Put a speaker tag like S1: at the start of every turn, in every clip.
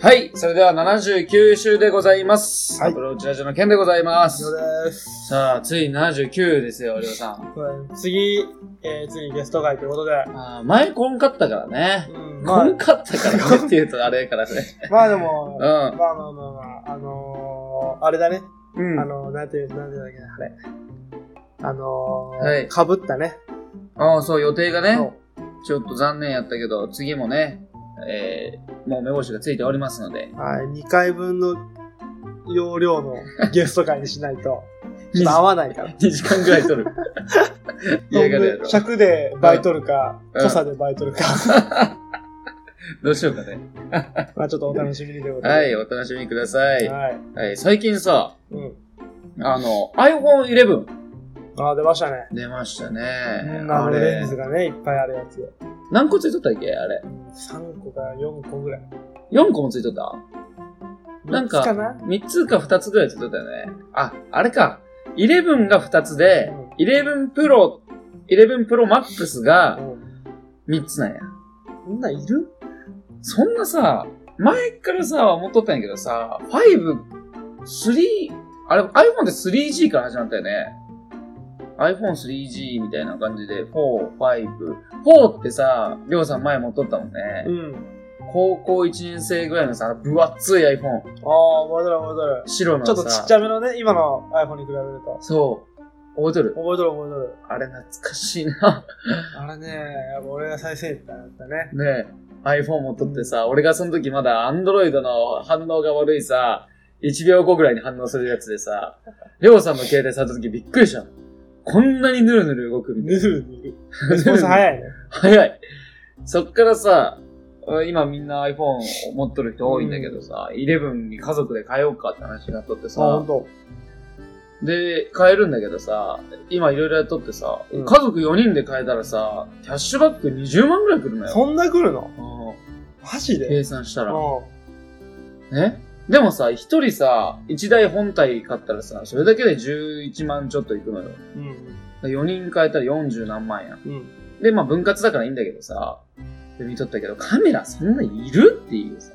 S1: はい。それでは79週でございます。
S2: はい
S1: アプローチラジオの件でございます。
S2: です。
S1: さあ、ついに79ですよ、りょうさん。
S2: 次、えー、次ゲスト会ということで。
S1: あー前こんかったからね。
S2: うん、ま
S1: こ
S2: あ、
S1: んかったからねって言うとあれや からね。
S2: まあでも、
S1: う
S2: まあまあまあまあ、あのー、あれだね。
S1: ん。うん。
S2: あ
S1: あ
S2: のー、なんていう、なんていうんだっけな、あれ。あのー、
S1: はい
S2: かぶったね。
S1: あー、そう、予定がね
S2: そ、う
S1: ちょっと残念やったけど、次もね、えー、もう目星がついておりますので。
S2: はい、2回分の容 量のゲスト会にしないと、ちょっと合わないから。
S1: 2時間ぐらい 取る。嫌がるやろ。
S2: 尺で倍取るか、
S1: うん
S2: 濃さで倍取るか、
S1: どうしようかね。
S2: まあちょっとお楽しみにということで。
S1: はい、お楽しみください。
S2: はい。
S1: はい、最近さ、
S2: うん。
S1: あの、iPhone 11
S2: ああ、出ましたね。
S1: 出ましたね。
S2: あ
S1: あ
S2: のレン
S1: れ
S2: ズ、がね、いっぱいあるやつ。
S1: 何個ついとったっけあれ。
S2: 3個から4個ぐらい。
S1: 4個もついとったなんか
S2: 三つな
S1: ?3 つか2つぐらいついとったよね。あ、あれか。11が2つで、11 Pro、11 Pro Max が
S2: うん
S1: 3つなんや。
S2: そんなんいる
S1: そんなさ、前からさ、思っとったんやけどさ、5、3、あれ、iPhone で 3G から始まったよね。iPhone3G みたいな感じで、4、5。4ってさ、りょうさん前持っとったもんね。
S2: ん。
S1: 高校1年生ぐらいのさ、分厚い iPhone。
S2: ああ、覚えとる覚えとる。
S1: 白の
S2: ちょ
S1: さ。
S2: っとちっちゃめのね、今の iPhone に比べると。
S1: そう。覚えとる
S2: 覚えとる覚えとる。
S1: あれ懐かしいな。
S2: あれね、やっぱ俺が最先端だったね。
S1: ねえ、iPhone 持っとってさ、俺がその時まだ Android の反応が悪いさ、1秒後ぐらいに反応するやつでさ、りょうさんの携帯触った時びっくりしたの。こんなにヌルヌル動くみたい
S2: ヌルヌル。レスポンス
S1: い。
S2: 早 いね。
S1: 早い。そっからさ、今みんな iPhone を持っとる人多いんだけどさ、11に家族で変えようかって話になっとって
S2: あ、ほ
S1: さ
S2: ん、と。
S1: で、変えるんだけどさ、今いろいろやっとってさ、
S2: うん
S1: 家族4人で変えたらさ、キャッシュバック20万ぐらい来るのよ。
S2: そんな来るの
S1: うん
S2: マジで
S1: 計算したら。
S2: う
S1: ねでもさ、一人さ、一台本体買ったらさ、それだけで11万ちょっといくのよ。
S2: ん。うん。
S1: 4人買えたら40何万やん。
S2: うん。
S1: で、まあ分割だからいいんだけどさ、で見とったけど、カメラそんないるっていうさ。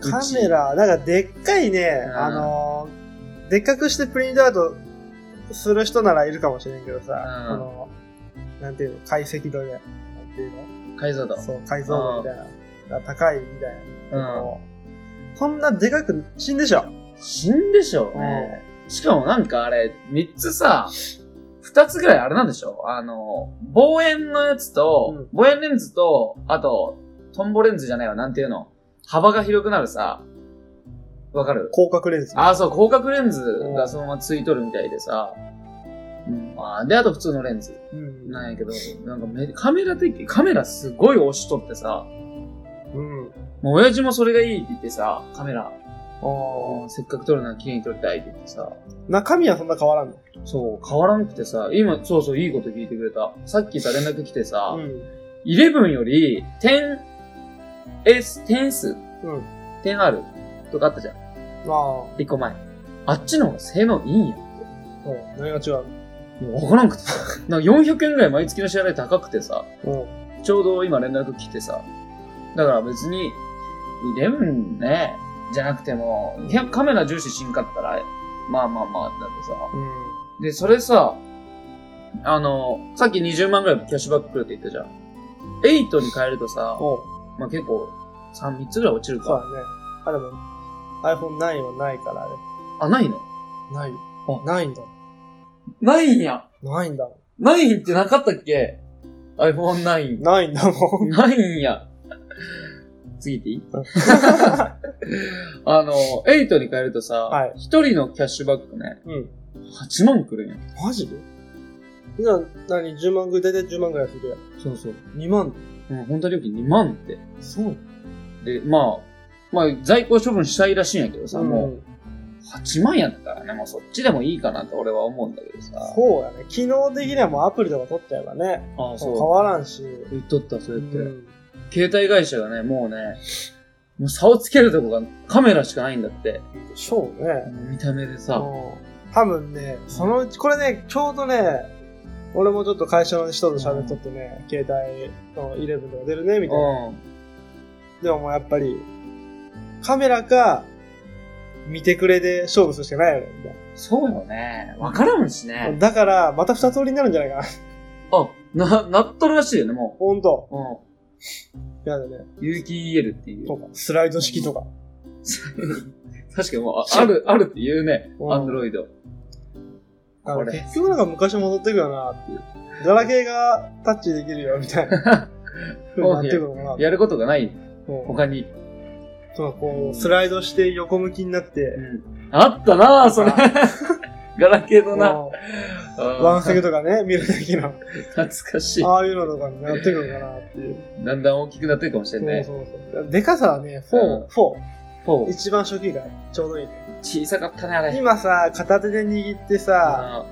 S2: カメラ、なんかでっかいね、
S1: ん
S2: あのー、でっかくしてプリントアウトする人ならいるかもしれんけどさ、
S1: うん
S2: この、なんていうの、解析度で、なんていうの
S1: うち。解像度。
S2: そう、解像度みたいな。が高いみたいな。
S1: う
S2: こんなでかく死んでしょ。
S1: ん。死んでしょうね。しかもなんかあれ、3つさ、2つぐらいあれなんでしょあの、望遠のやつと、
S2: うん
S1: 望遠レンズと、あと、トンボレンズじゃないわ、なんていうの。幅が広くなるさ、わかる
S2: 広角レンズ。
S1: ああ、そう、広角レンズがそのままついとるみたいでさ。うん。まあ、で、あと普通のレンズ
S2: うん。
S1: なんやけど、なんかめ、カメラ的、カメラすごい押しとってさ、
S2: うん。
S1: もう親父もそれがいいって言ってさ、カメラ、
S2: おー
S1: せっかく撮るなら綺麗に撮りたいって言ってさ、
S2: 中身はそんな変わらんの
S1: そう、変わらんくてさ、今、そうそう、いいこと聞いてくれた。さっきさ、連絡来てさ
S2: う、ん。
S1: 11より、10、S、10数
S2: うん。
S1: 10R とかあったじゃん。
S2: ま
S1: 一個前。あっちの方が性能いいんや。
S2: あ、うん。何が違う
S1: いやわからんくてさ。なんか400円ぐらい毎月の支払い高くてさ、
S2: の
S1: ちょうど今連絡来てさ。だから別に、レブンね、じゃなくても、いやカメラ重視しんかったら、まあまあまあ、だってさ。
S2: うん。
S1: で、それさ、あの、さっき20万ぐらいキャッシュバックくるって言ったじゃん。8に変えるとさ、
S2: おう
S1: まあ結構、3、3つぐらい落ちる
S2: そうだ
S1: か。
S2: ね。あ、でも、iPhone9 はないから、あれ。
S1: あ、ないの
S2: ない。
S1: あ
S2: ないんだ。
S1: ないんや。
S2: ないんだ。
S1: ないんってなかったっけ ?iPhone9。
S2: ないんだも ん。
S1: ないんや。次行 っていい
S2: うん
S1: あの、8に変えるとさ、
S2: はい
S1: 一1人のキャッシュバックね、
S2: うん。
S1: 8万くるんや。
S2: マジでじゃあ、何 ?10 万ぐらい、大体10万ぐらいするやん。
S1: そうそう。
S2: 2万
S1: うん、本体料金2万って。
S2: そう
S1: で、まあ、まあ、在庫処分したいらしいんやけどさ、
S2: うん
S1: もう、8万やったらね、もうそっちでもいいかなって俺は思うんだけどさ。
S2: そうやね。機能的にはもうアプリとか取っちゃえばね。
S1: あ
S2: 変わらんし。
S1: う。言っとった、そうやって。
S2: うん
S1: 携帯会社がね、もうね、もう差をつけるとこがカメラしかないんだって。
S2: でしょうね。
S1: 見た目で
S2: う
S1: さ。
S2: ん多分ね、そのうち、これね、ちょうどね、俺もちょっと会社の人と喋っとってね、携帯の11とか出るね、みたいな。
S1: うん。
S2: でももうやっぱり、カメラか、見てくれで勝負するしかないよね、みたい
S1: そうよね。わからんし
S2: な。
S1: ね。
S2: だから、また二通りになるんじゃないかな。
S1: あ、な、なっとるらしいよね、も
S2: ほんと。
S1: う。うん。
S2: やだね。
S1: 有機 EL っていう。
S2: とか、スライド式とか。
S1: 確かにもう、あある、あるって言うね。
S2: うん
S1: アンドロイド。
S2: あ
S1: こ
S2: の
S1: れ。
S2: 結局なんか昔戻ってくよなっていう。ガラケーがタッチできるよみたいな 風になってくのかな。
S1: やることがない。
S2: そう
S1: 他に。
S2: そうこう、スライドして横向きになって、
S1: あったなぁ、それ。 ガラケーのな。
S2: こう
S1: うん
S2: ワンセグとかね、見るだけの、
S1: 懐かしい。
S2: ああいうのとかになってくるのかなっていう。
S1: だんだん大きくなってるかもしれ
S2: そう
S1: ない。
S2: そうそう。でかさはね、
S1: うん
S2: 4、4。
S1: そう
S2: 一番初期がちょうどいいね。
S1: 小さかったね、あれ。
S2: 今さ、片手で握ってさ、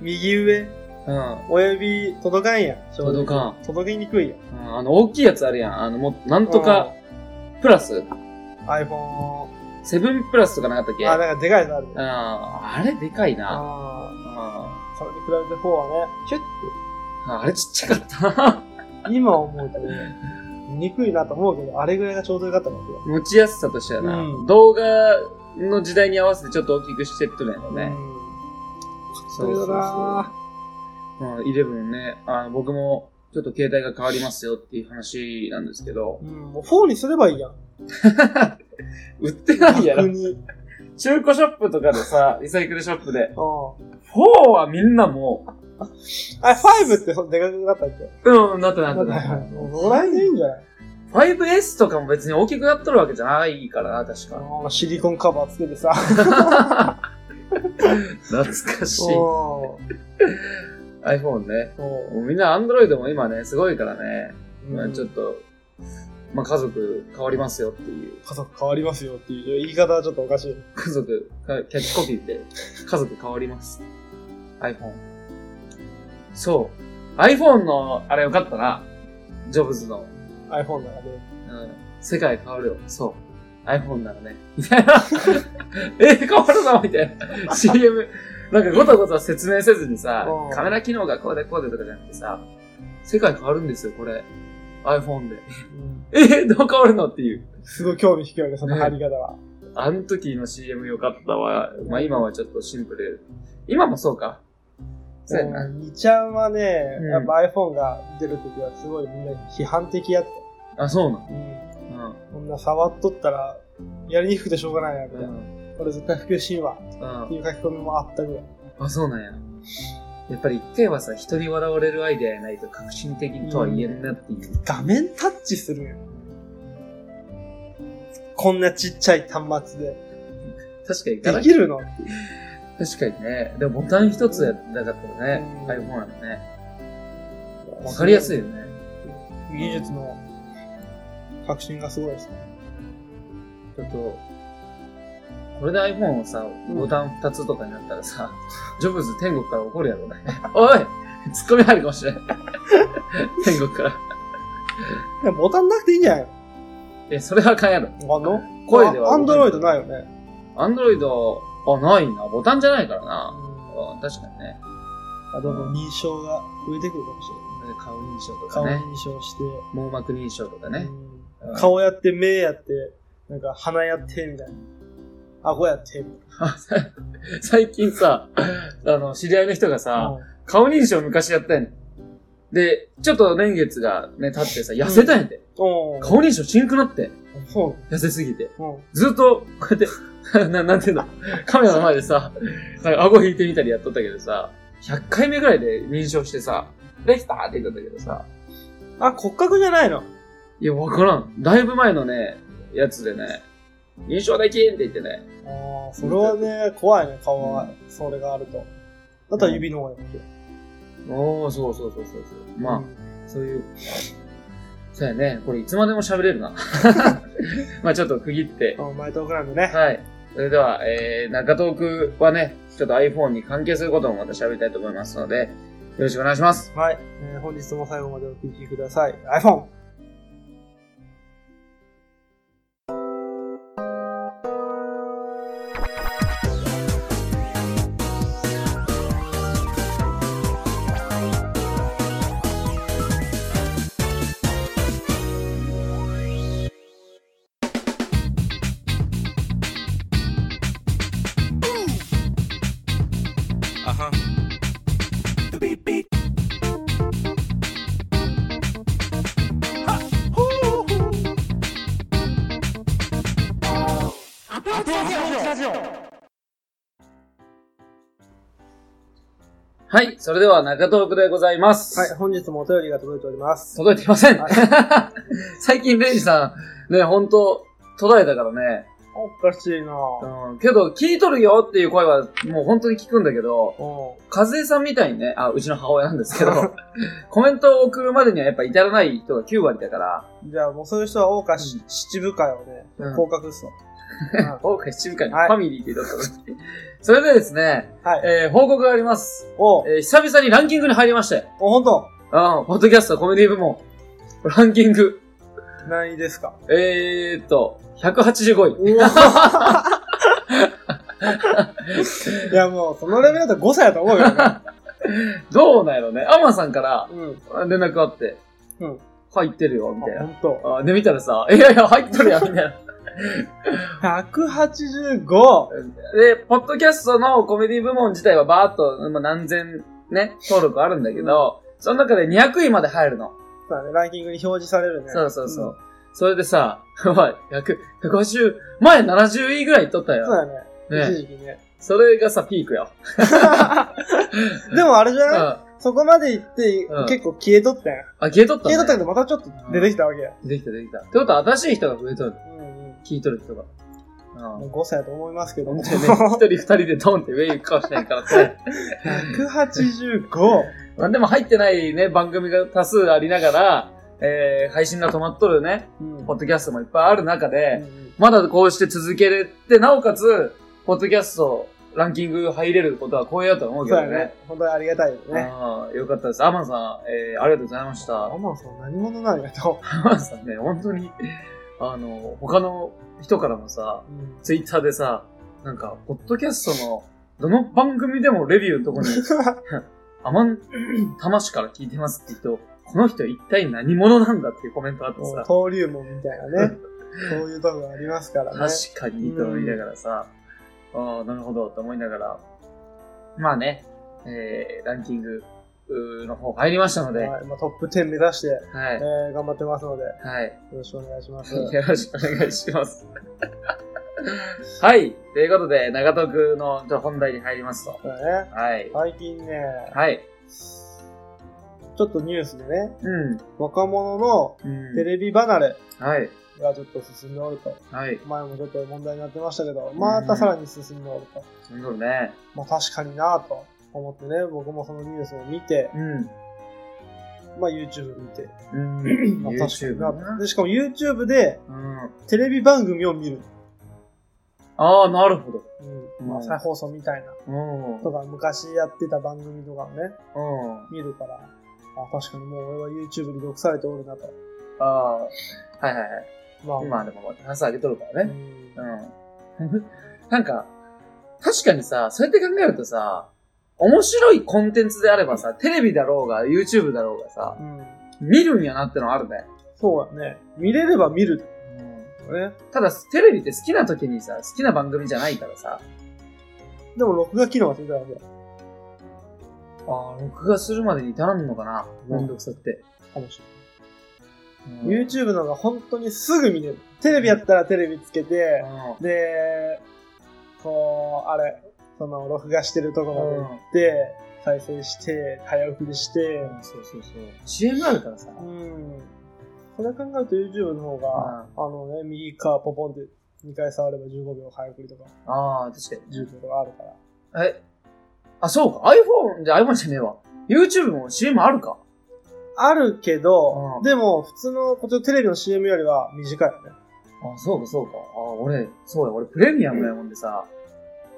S2: 右上、
S1: うん。うん。
S2: 親指届かんやん。
S1: 届
S2: ん。
S1: かん。
S2: 届きにくいやん。
S1: うんあの、大きいやつあるやん。あの、もう、なんとか、プラス
S2: うん。iPhone。
S1: セブンプラスとかなかったっけ
S2: あ、
S1: あ
S2: なんかでかいのあるね。
S1: ああれでかいな。
S2: あー
S1: あ
S2: それに比べて4はね、キュッ
S1: あれちっちゃかったな。
S2: て、今思うとね、見にくいなと思うけど、あれぐらいがちょうどよかったの
S1: 持ちやすさとしてはな、
S2: うん
S1: 動画の時代に合わせてちょっと大きくしてってるんやろ
S2: だよ
S1: ね
S2: ね。。それだな
S1: まあ、イレブンね、あの、僕もちょっと携帯が変わりますよっていう話なんですけど
S2: ぁ。う、ん、もう4にすればいいやん。
S1: 売って ないや
S2: 逆
S1: ろ。
S2: に。
S1: 中古ショップとかでさ、リサイクルショップで、
S2: うん。
S1: 4はみんなも
S2: あれ、5ってそでかくなったっけ
S1: う、うん、なったな
S2: だ
S1: っ
S2: か
S1: たな
S2: ら、もうそこら辺でいいんじゃない
S1: った。5S とかも別に大きくなっとるわけじゃないからな、確か。
S2: うんシリコンカバーつけてさ。
S1: 懐かしい。
S2: う
S1: iPhone ね。
S2: ん。うん
S1: もうみんな Android も今ね、すごいからね。まあちょっ
S2: と。
S1: と、まあ家族変わりますよっていう。
S2: 家族変わりますよっていう言い方はちょっとおかしい。
S1: 家族、かキャッチコピーって、家族変わります。iPhone。そう。iPhone の、あれよかったな。ジョブズの、
S2: iPhone ならね。
S1: うん、世界変わるよ。そう。iPhone ならね。 みたいな。え、変わるのみたいな。CM。なんかごたごた説明せずにさ
S2: う、ん
S1: カメラ機能がこうでこうでとかじゃなくてさ、世界変わるんですよ、これ。iPhone で。
S2: うん
S1: え、どう変わるのっていう。
S2: すごい興味引くよね、その貼り方は。
S1: あの時の CM 良かったわ。まあ今はちょっとシンプル。今もそうか。そうやな。
S2: 2ちゃんはね、
S1: うん
S2: やっぱ iPhone が出るときはすごいみんな批判的やっ
S1: あ、そうな
S2: た。うん。
S1: の。うん
S2: こんな触っとったら、やりにくくてしょうがないな、みた
S1: う
S2: いな。
S1: ん。
S2: これ絶対普及しんわ、
S1: うん
S2: っていう書き込みもあったぐらい。
S1: あ、そうなんや。やっぱり一回はさ、人に笑われるアイデアやないと革新的とは言えんなっていう。
S2: 画面タッチするんやこんなちっちゃい端末で。
S1: 確かにガ
S2: で
S1: ラ、
S2: きるの
S1: 確かにね。でもボタン一つやってなかったらね、
S2: うん
S1: iPhone なのね。わかりやすいよ。ね。
S2: 技術の革新がすごいですね。
S1: ちょっと、これで iPhone をさ、
S2: ん
S1: ボタン2つとかになったらさ、ジョブズ天国から怒るやろね。おいツッコミ入るかもしれん。天国から。
S2: いやボタンなくていいんじゃない
S1: え、それはあかんやろ。
S2: のあの
S1: 声では
S2: アンドロイドないよね。
S1: アンドロイド、あ、ないな。ボタンじゃないからな。うん、確かにね。
S2: あどんどん認証が増えてくるかもしれない。
S1: 顔認証とか
S2: 顔
S1: ね。
S2: 認証して、
S1: 網膜認証とかね。
S2: うん
S1: うん
S2: 顔やって、目やって、なんか鼻やって、みたいな。顎やって、みたい
S1: 最近さ、あの、知り合いの人が
S2: な。
S1: さ、
S2: うん
S1: 顔認証昔やったんやん。で、ちょっと年月がね、経ってさ、痩せたんやて。
S2: おー
S1: 顔認証しんくなって。
S2: そ
S1: 痩せすぎて。
S2: う。うん。
S1: ずっと、こうやって、 ななんていうの、カメラの前でさ、なんか顎引いてみたりやっとったけどさ、100回目ぐらいで認証してさ、できたって言ったんだけどさ、
S2: あ、骨格じゃないの。
S1: いや、わからん。だいぶ前のね、やつでね、認証できんって言ってね、
S2: ああ、それはね、怖いね、顔は。それがあると。だったら指の方がいいわけ。
S1: おー、そうそうそうそうそう。まあ、
S2: うん
S1: そういう、そうやね、これいつまでも喋れる な。まあちょっと区切って、
S2: あ。前トークなんでね。
S1: はい。それでは、えー、中トークはね、ちょっと iPhone に関係することもまた喋りたいと思いますので、よろしくお願いします。
S2: はい。えー本日も最後までお聞きください。iPhone!
S1: はい、それでは中トークでございます。
S2: はい、本日もお便りが届いております。
S1: 届いていません
S2: は。
S1: 最近、レイジさん、ね、ほんと、途絶えたからね。
S2: おかしいなぁ。
S1: うん、けど、聞いとるよっていう声は、もう本当に聞くんだけど、
S2: うん。
S1: 和江さんみたいにね、あ、うちの母親なんですけど、 コメントを送るまでにはやっぱ至らない人が9割だから、
S2: じゃあもうそういう人は、大岡し七部会をね、
S1: うん
S2: 降格っすわ。
S1: 多く静かにフ
S2: はい
S1: ァミリーって言っとったのにそれでですね、
S2: うんはい。
S1: えー報告があります。
S2: おう
S1: えー久々にランキングに入りまして、
S2: お、ほんと
S1: うん、ポッドキャストコメディ部門、ランキング、
S2: 何位ですか
S1: えーっと、185位。
S2: おいやもう、そのレベルだったら5歳だと思うよ。
S1: どうなんやろうね。アマさんから
S2: うん。
S1: 連絡あって、
S2: うん
S1: 入ってるよ、みたい
S2: あ、ほ
S1: な。
S2: んと。
S1: あで、見たらさ、いやいや、入っとるやん、みたいな。
S2: 185!
S1: で、ポッドキャストのコメディ部門自体はバーっと、まあ、何千ね、登録あるんだけど、その中で200位まで入るの。
S2: そうだね、ランキングに表示されるね。
S1: そうそうそう。それでさ、 おい、100、150、前70位ぐらい取った
S2: うん。
S1: よ。
S2: そうだね。一
S1: ね。
S2: 時期ね。
S1: それがさ、ピークよ。
S2: でもあれじゃ
S1: うん。
S2: ない
S1: あ、
S2: そこまで行って
S1: うん、
S2: 結構消えとったやん。
S1: 消えとった、ね、
S2: 消えとったけど、またちょっと出てきたわけや。
S1: 出てきた、出てきた。ってことは、新しい人が増えとる。
S2: うんうん。
S1: 聞いとる人が。う
S2: も
S1: ん。
S2: う5歳だと思いますけど
S1: 本
S2: も。
S1: 当 にね、一人二人でドンって上行くかもしれんからね。
S2: 185!
S1: まあでも入ってないね、番組が多数ありながら、えー、配信が止まっとるね、
S2: うん
S1: ポッドキャストもいっぱいある中
S2: う
S1: で、
S2: ん
S1: まだこうして続けれて、なおかつ、ポッドキャストランキング入れることは光栄だと思
S2: そう
S1: うけど
S2: だ
S1: ね
S2: ね。。本当にありがたいよね。
S1: ああ、よかったです。アマンさん、えー、ありがとうございました。
S2: ア
S1: ア
S2: マンさん何者なんやと。
S1: マンさんね、本当に、あの、他の人からもさ、ツイッターでさ、なんか、ポッドキャストの、どの番組でもレビューの とこに、アマン、魂から聞いてますって人、この人一体何者なんだっていうコメントあって
S2: もう
S1: さ、
S2: 登竜門みたい なね。そういうとこがありますからね。
S1: 確かにと思いながらさ、ああ、なるほどと思いながら、まあね、えー、ランキングうーの方入りましたので、は
S2: はいまあトップ10目指して、え
S1: い、
S2: ー頑張ってますので、よ
S1: はい、
S2: ろしくお願いします。
S1: よろしくお願いします。 はい、ということで、長戸区のじゃあ本題に入りますと。
S2: そうだね。
S1: はい、
S2: 最近ね、
S1: はい、
S2: ちょっとニュースでね、
S1: うん、
S2: 若者の
S1: うん、
S2: テレビ離れ
S1: はい、
S2: がちょっと進んでおると。
S1: はい、
S2: 前もちょっと問題になってましたけど、またさらに進んでおると。
S1: そういうことね。
S2: まあ確かになぁと思ってね、僕もそのニュースを見て、
S1: うん、
S2: まあ YouTube 見て、
S1: うん、
S2: まあ確か
S1: YouTube
S2: に
S1: な
S2: なとで、しかも YouTube で
S1: うん。
S2: テレビ番組を見る。
S1: ああ、なるほど。
S2: うん。まあ再放送みたいな。
S1: うん。
S2: とか、昔やってた番組とかをね、
S1: うん。
S2: 見るから、あ、確かにもう俺は YouTube に毒されておるなと。
S1: ああ、はいはいはい。
S2: まあ、
S1: まあでも、話上げとるから
S2: う
S1: ね。
S2: ん
S1: うん。 なんか、確かにさ、そうやって考えるとさ、面白いコンテンツであればさ、テレビだろうが、YouTube だろうがさ、
S2: うん。
S1: 見るんやなってのはあるね。
S2: そうだね。見れれば見る。ね。
S1: ただ、テレビって好きな時にさ、好きな番組じゃないからさ、
S2: でも、録画機能がついたわけ
S1: ああ、録画するまでに至らんのかな。
S2: うん
S1: めんどくさって。
S2: かもし
S1: うん
S2: れない。YouTube の方が本当にすぐ見れる。テレビやったらテレビつけて
S1: う、ん
S2: で、こう、あれ、その、録画してるとこまで行って、再生して、早送りして、
S1: そうそうそう。CM あるからさ。
S2: うん。それ考えると YouTube の方が、あのね、右側ポポンって2回触れば15秒早送りとか、
S1: ああ、確かに。
S2: 10秒とかあるから。
S1: え、あ、そうか。iPhone じゃ iPhone じゃねえわ。YouTube も CM あるか。
S2: あるけど、
S1: うん
S2: でも、普通の、こっちのテレビの CM よりは短いよね。
S1: あ、そうか、そうか。あ、俺、そうや、俺プレミアムやもんでさ、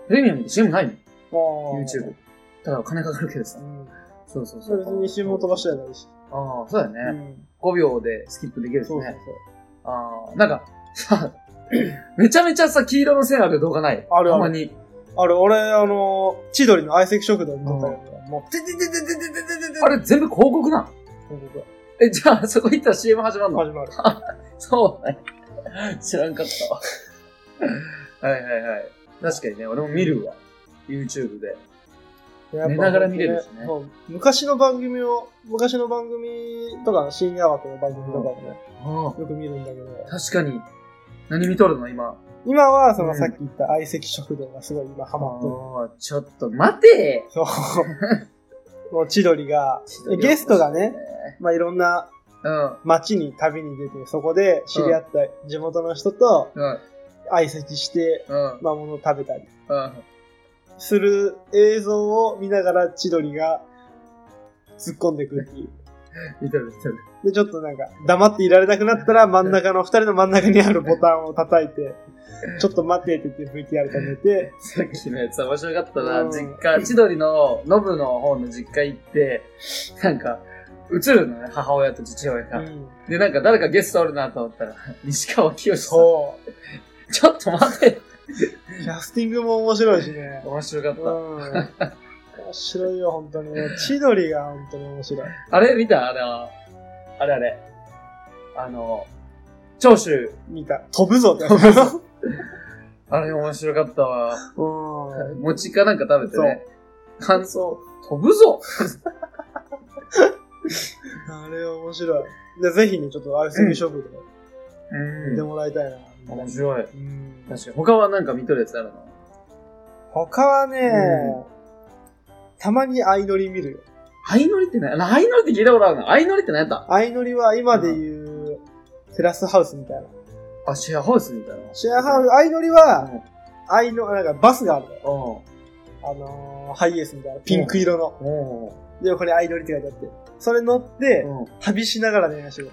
S1: プレミアムって CM ないの ?YouTube。だから金かかるけどさ
S2: う。ん。
S1: そうそう
S2: それ
S1: そう。
S2: 別に CM も飛ばしてないし。
S1: ああ、そうだ
S2: う
S1: よね。
S2: ん。
S1: 5秒でスキップできるし
S2: そうそう
S1: ね。ああ、なんか、さ、 めちゃめちゃさ、黄色の線ある動画ない
S2: あるある
S1: たまに。
S2: そう。あれ、俺、あの、千鳥の相席食堂に撮ったやつが、もう、てててててててててて
S1: あれ全部広告なん
S2: 広告が
S1: え、じゃあ、そこ行ったら CM 始まるの
S2: 始まる。
S1: そうね。 知らんかったわ。 はいはいはい。確かにね、俺も見るわ。YouTube で。
S2: やっぱ
S1: 寝ながら見れるしね
S2: そう昔の番組を、昔の番組とか、深夜枠の番組とかもね、
S1: あ
S2: よく見るんだけど、
S1: あ、確かに。何見とるの今。
S2: 今は、そうの
S1: ん
S2: さっき言った相席食堂がすごい今ハマってる。
S1: ああ、ちょっと待て
S2: そう。もう千鳥が、ゲストがね、まあ、いろんな
S1: うん。
S2: 街に旅に出て、そこで知り合った地元の人と
S1: うん。
S2: 挨拶して、
S1: うん。
S2: まあ、物を食べたり
S1: うん。
S2: する映像を見ながら千鳥が突っ込んでくるっていう。
S1: 見てる見てる。
S2: で、ちょっとなんか、黙っていられなくなったら、真ん中の、二人の真ん中にあるボタンを叩いて、ちょっと待ってって言って VTR 止めて、
S1: さっきのやつは面白かったな。
S2: うん
S1: 実家、千鳥のノブの方の実家行って、なんか、映るのね、母親と父親
S2: う
S1: が。
S2: ん、
S1: で、なんか誰かゲストおるなと思ったら、 西川きよしさん。
S2: そ
S1: ちょっと待て
S2: う。キャスティングも面白いしね。
S1: 面白かっ
S2: う
S1: た。
S2: ん。面白いよ、本当に。千鳥が本当に面白い。
S1: あれ見たあれは、あれあれ。あの、長州。
S2: 見た。飛ぶぞって。
S1: 飛
S2: う
S1: ぶぞあれ面白かったわ。
S2: ん。
S1: 餅かなんか食べてね。感想、飛ぶぞ
S2: あれ面白い。で、ぜひね、ちょっと、アイス勝負とか
S1: うん
S2: 見てもらいたいな。
S1: 面白い。
S2: うん。
S1: 確かに。他はなんか見とるやつあるの
S2: 他はね、
S1: う
S2: たまに相乗り見るよ。
S1: 相乗りって何相乗りって聞いたことあるの相乗りって何やった
S2: 相乗りは今でいう、テラスハウスみたいな。
S1: あ、シェアハウスみたいな。
S2: シェアハウス、相乗り
S1: う
S2: は
S1: ん、
S2: 相乗、なんかバスがあるのよ。
S1: うん。
S2: あのー、ハイエースみたいな、ピンク色の。
S1: うん。
S2: で、これ相乗りって書いてあって。それ乗って、
S1: うん。
S2: 旅しながら恋愛してる。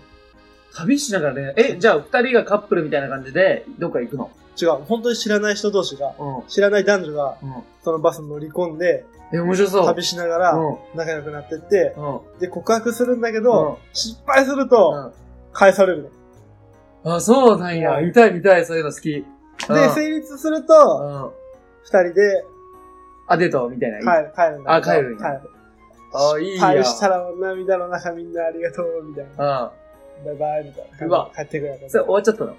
S1: 旅しながらね、え、じゃあ二人がカップルみたいな感じで、どっか行くの
S2: 違う、本当に知らない人同士が、
S1: うん。
S2: 知らない男女が、
S1: うん。
S2: そのバスに乗り込んで、
S1: え、面白そう。
S2: 旅しながら仲良くなってって、
S1: うん。うん。
S2: で、告白するんだけ
S1: うん
S2: ど、失敗すると、
S1: うん
S2: 返される
S1: あ、そうなんや。
S2: うん
S1: 見たい見たい、そういうの好き。で、
S2: の。で、成立すると、
S1: うん。
S2: 二人で
S1: あ、デートみたいな。
S2: 帰る、帰るんだけど
S1: あ帰るんや
S2: 帰る。
S1: あ、いいや。
S2: 旅したら涙の中みんなありがとうみたいな。バイバイみたいな感じで
S1: うわ
S2: 帰ってくるや
S1: うん。
S2: つ
S1: それ。終わっちゃったの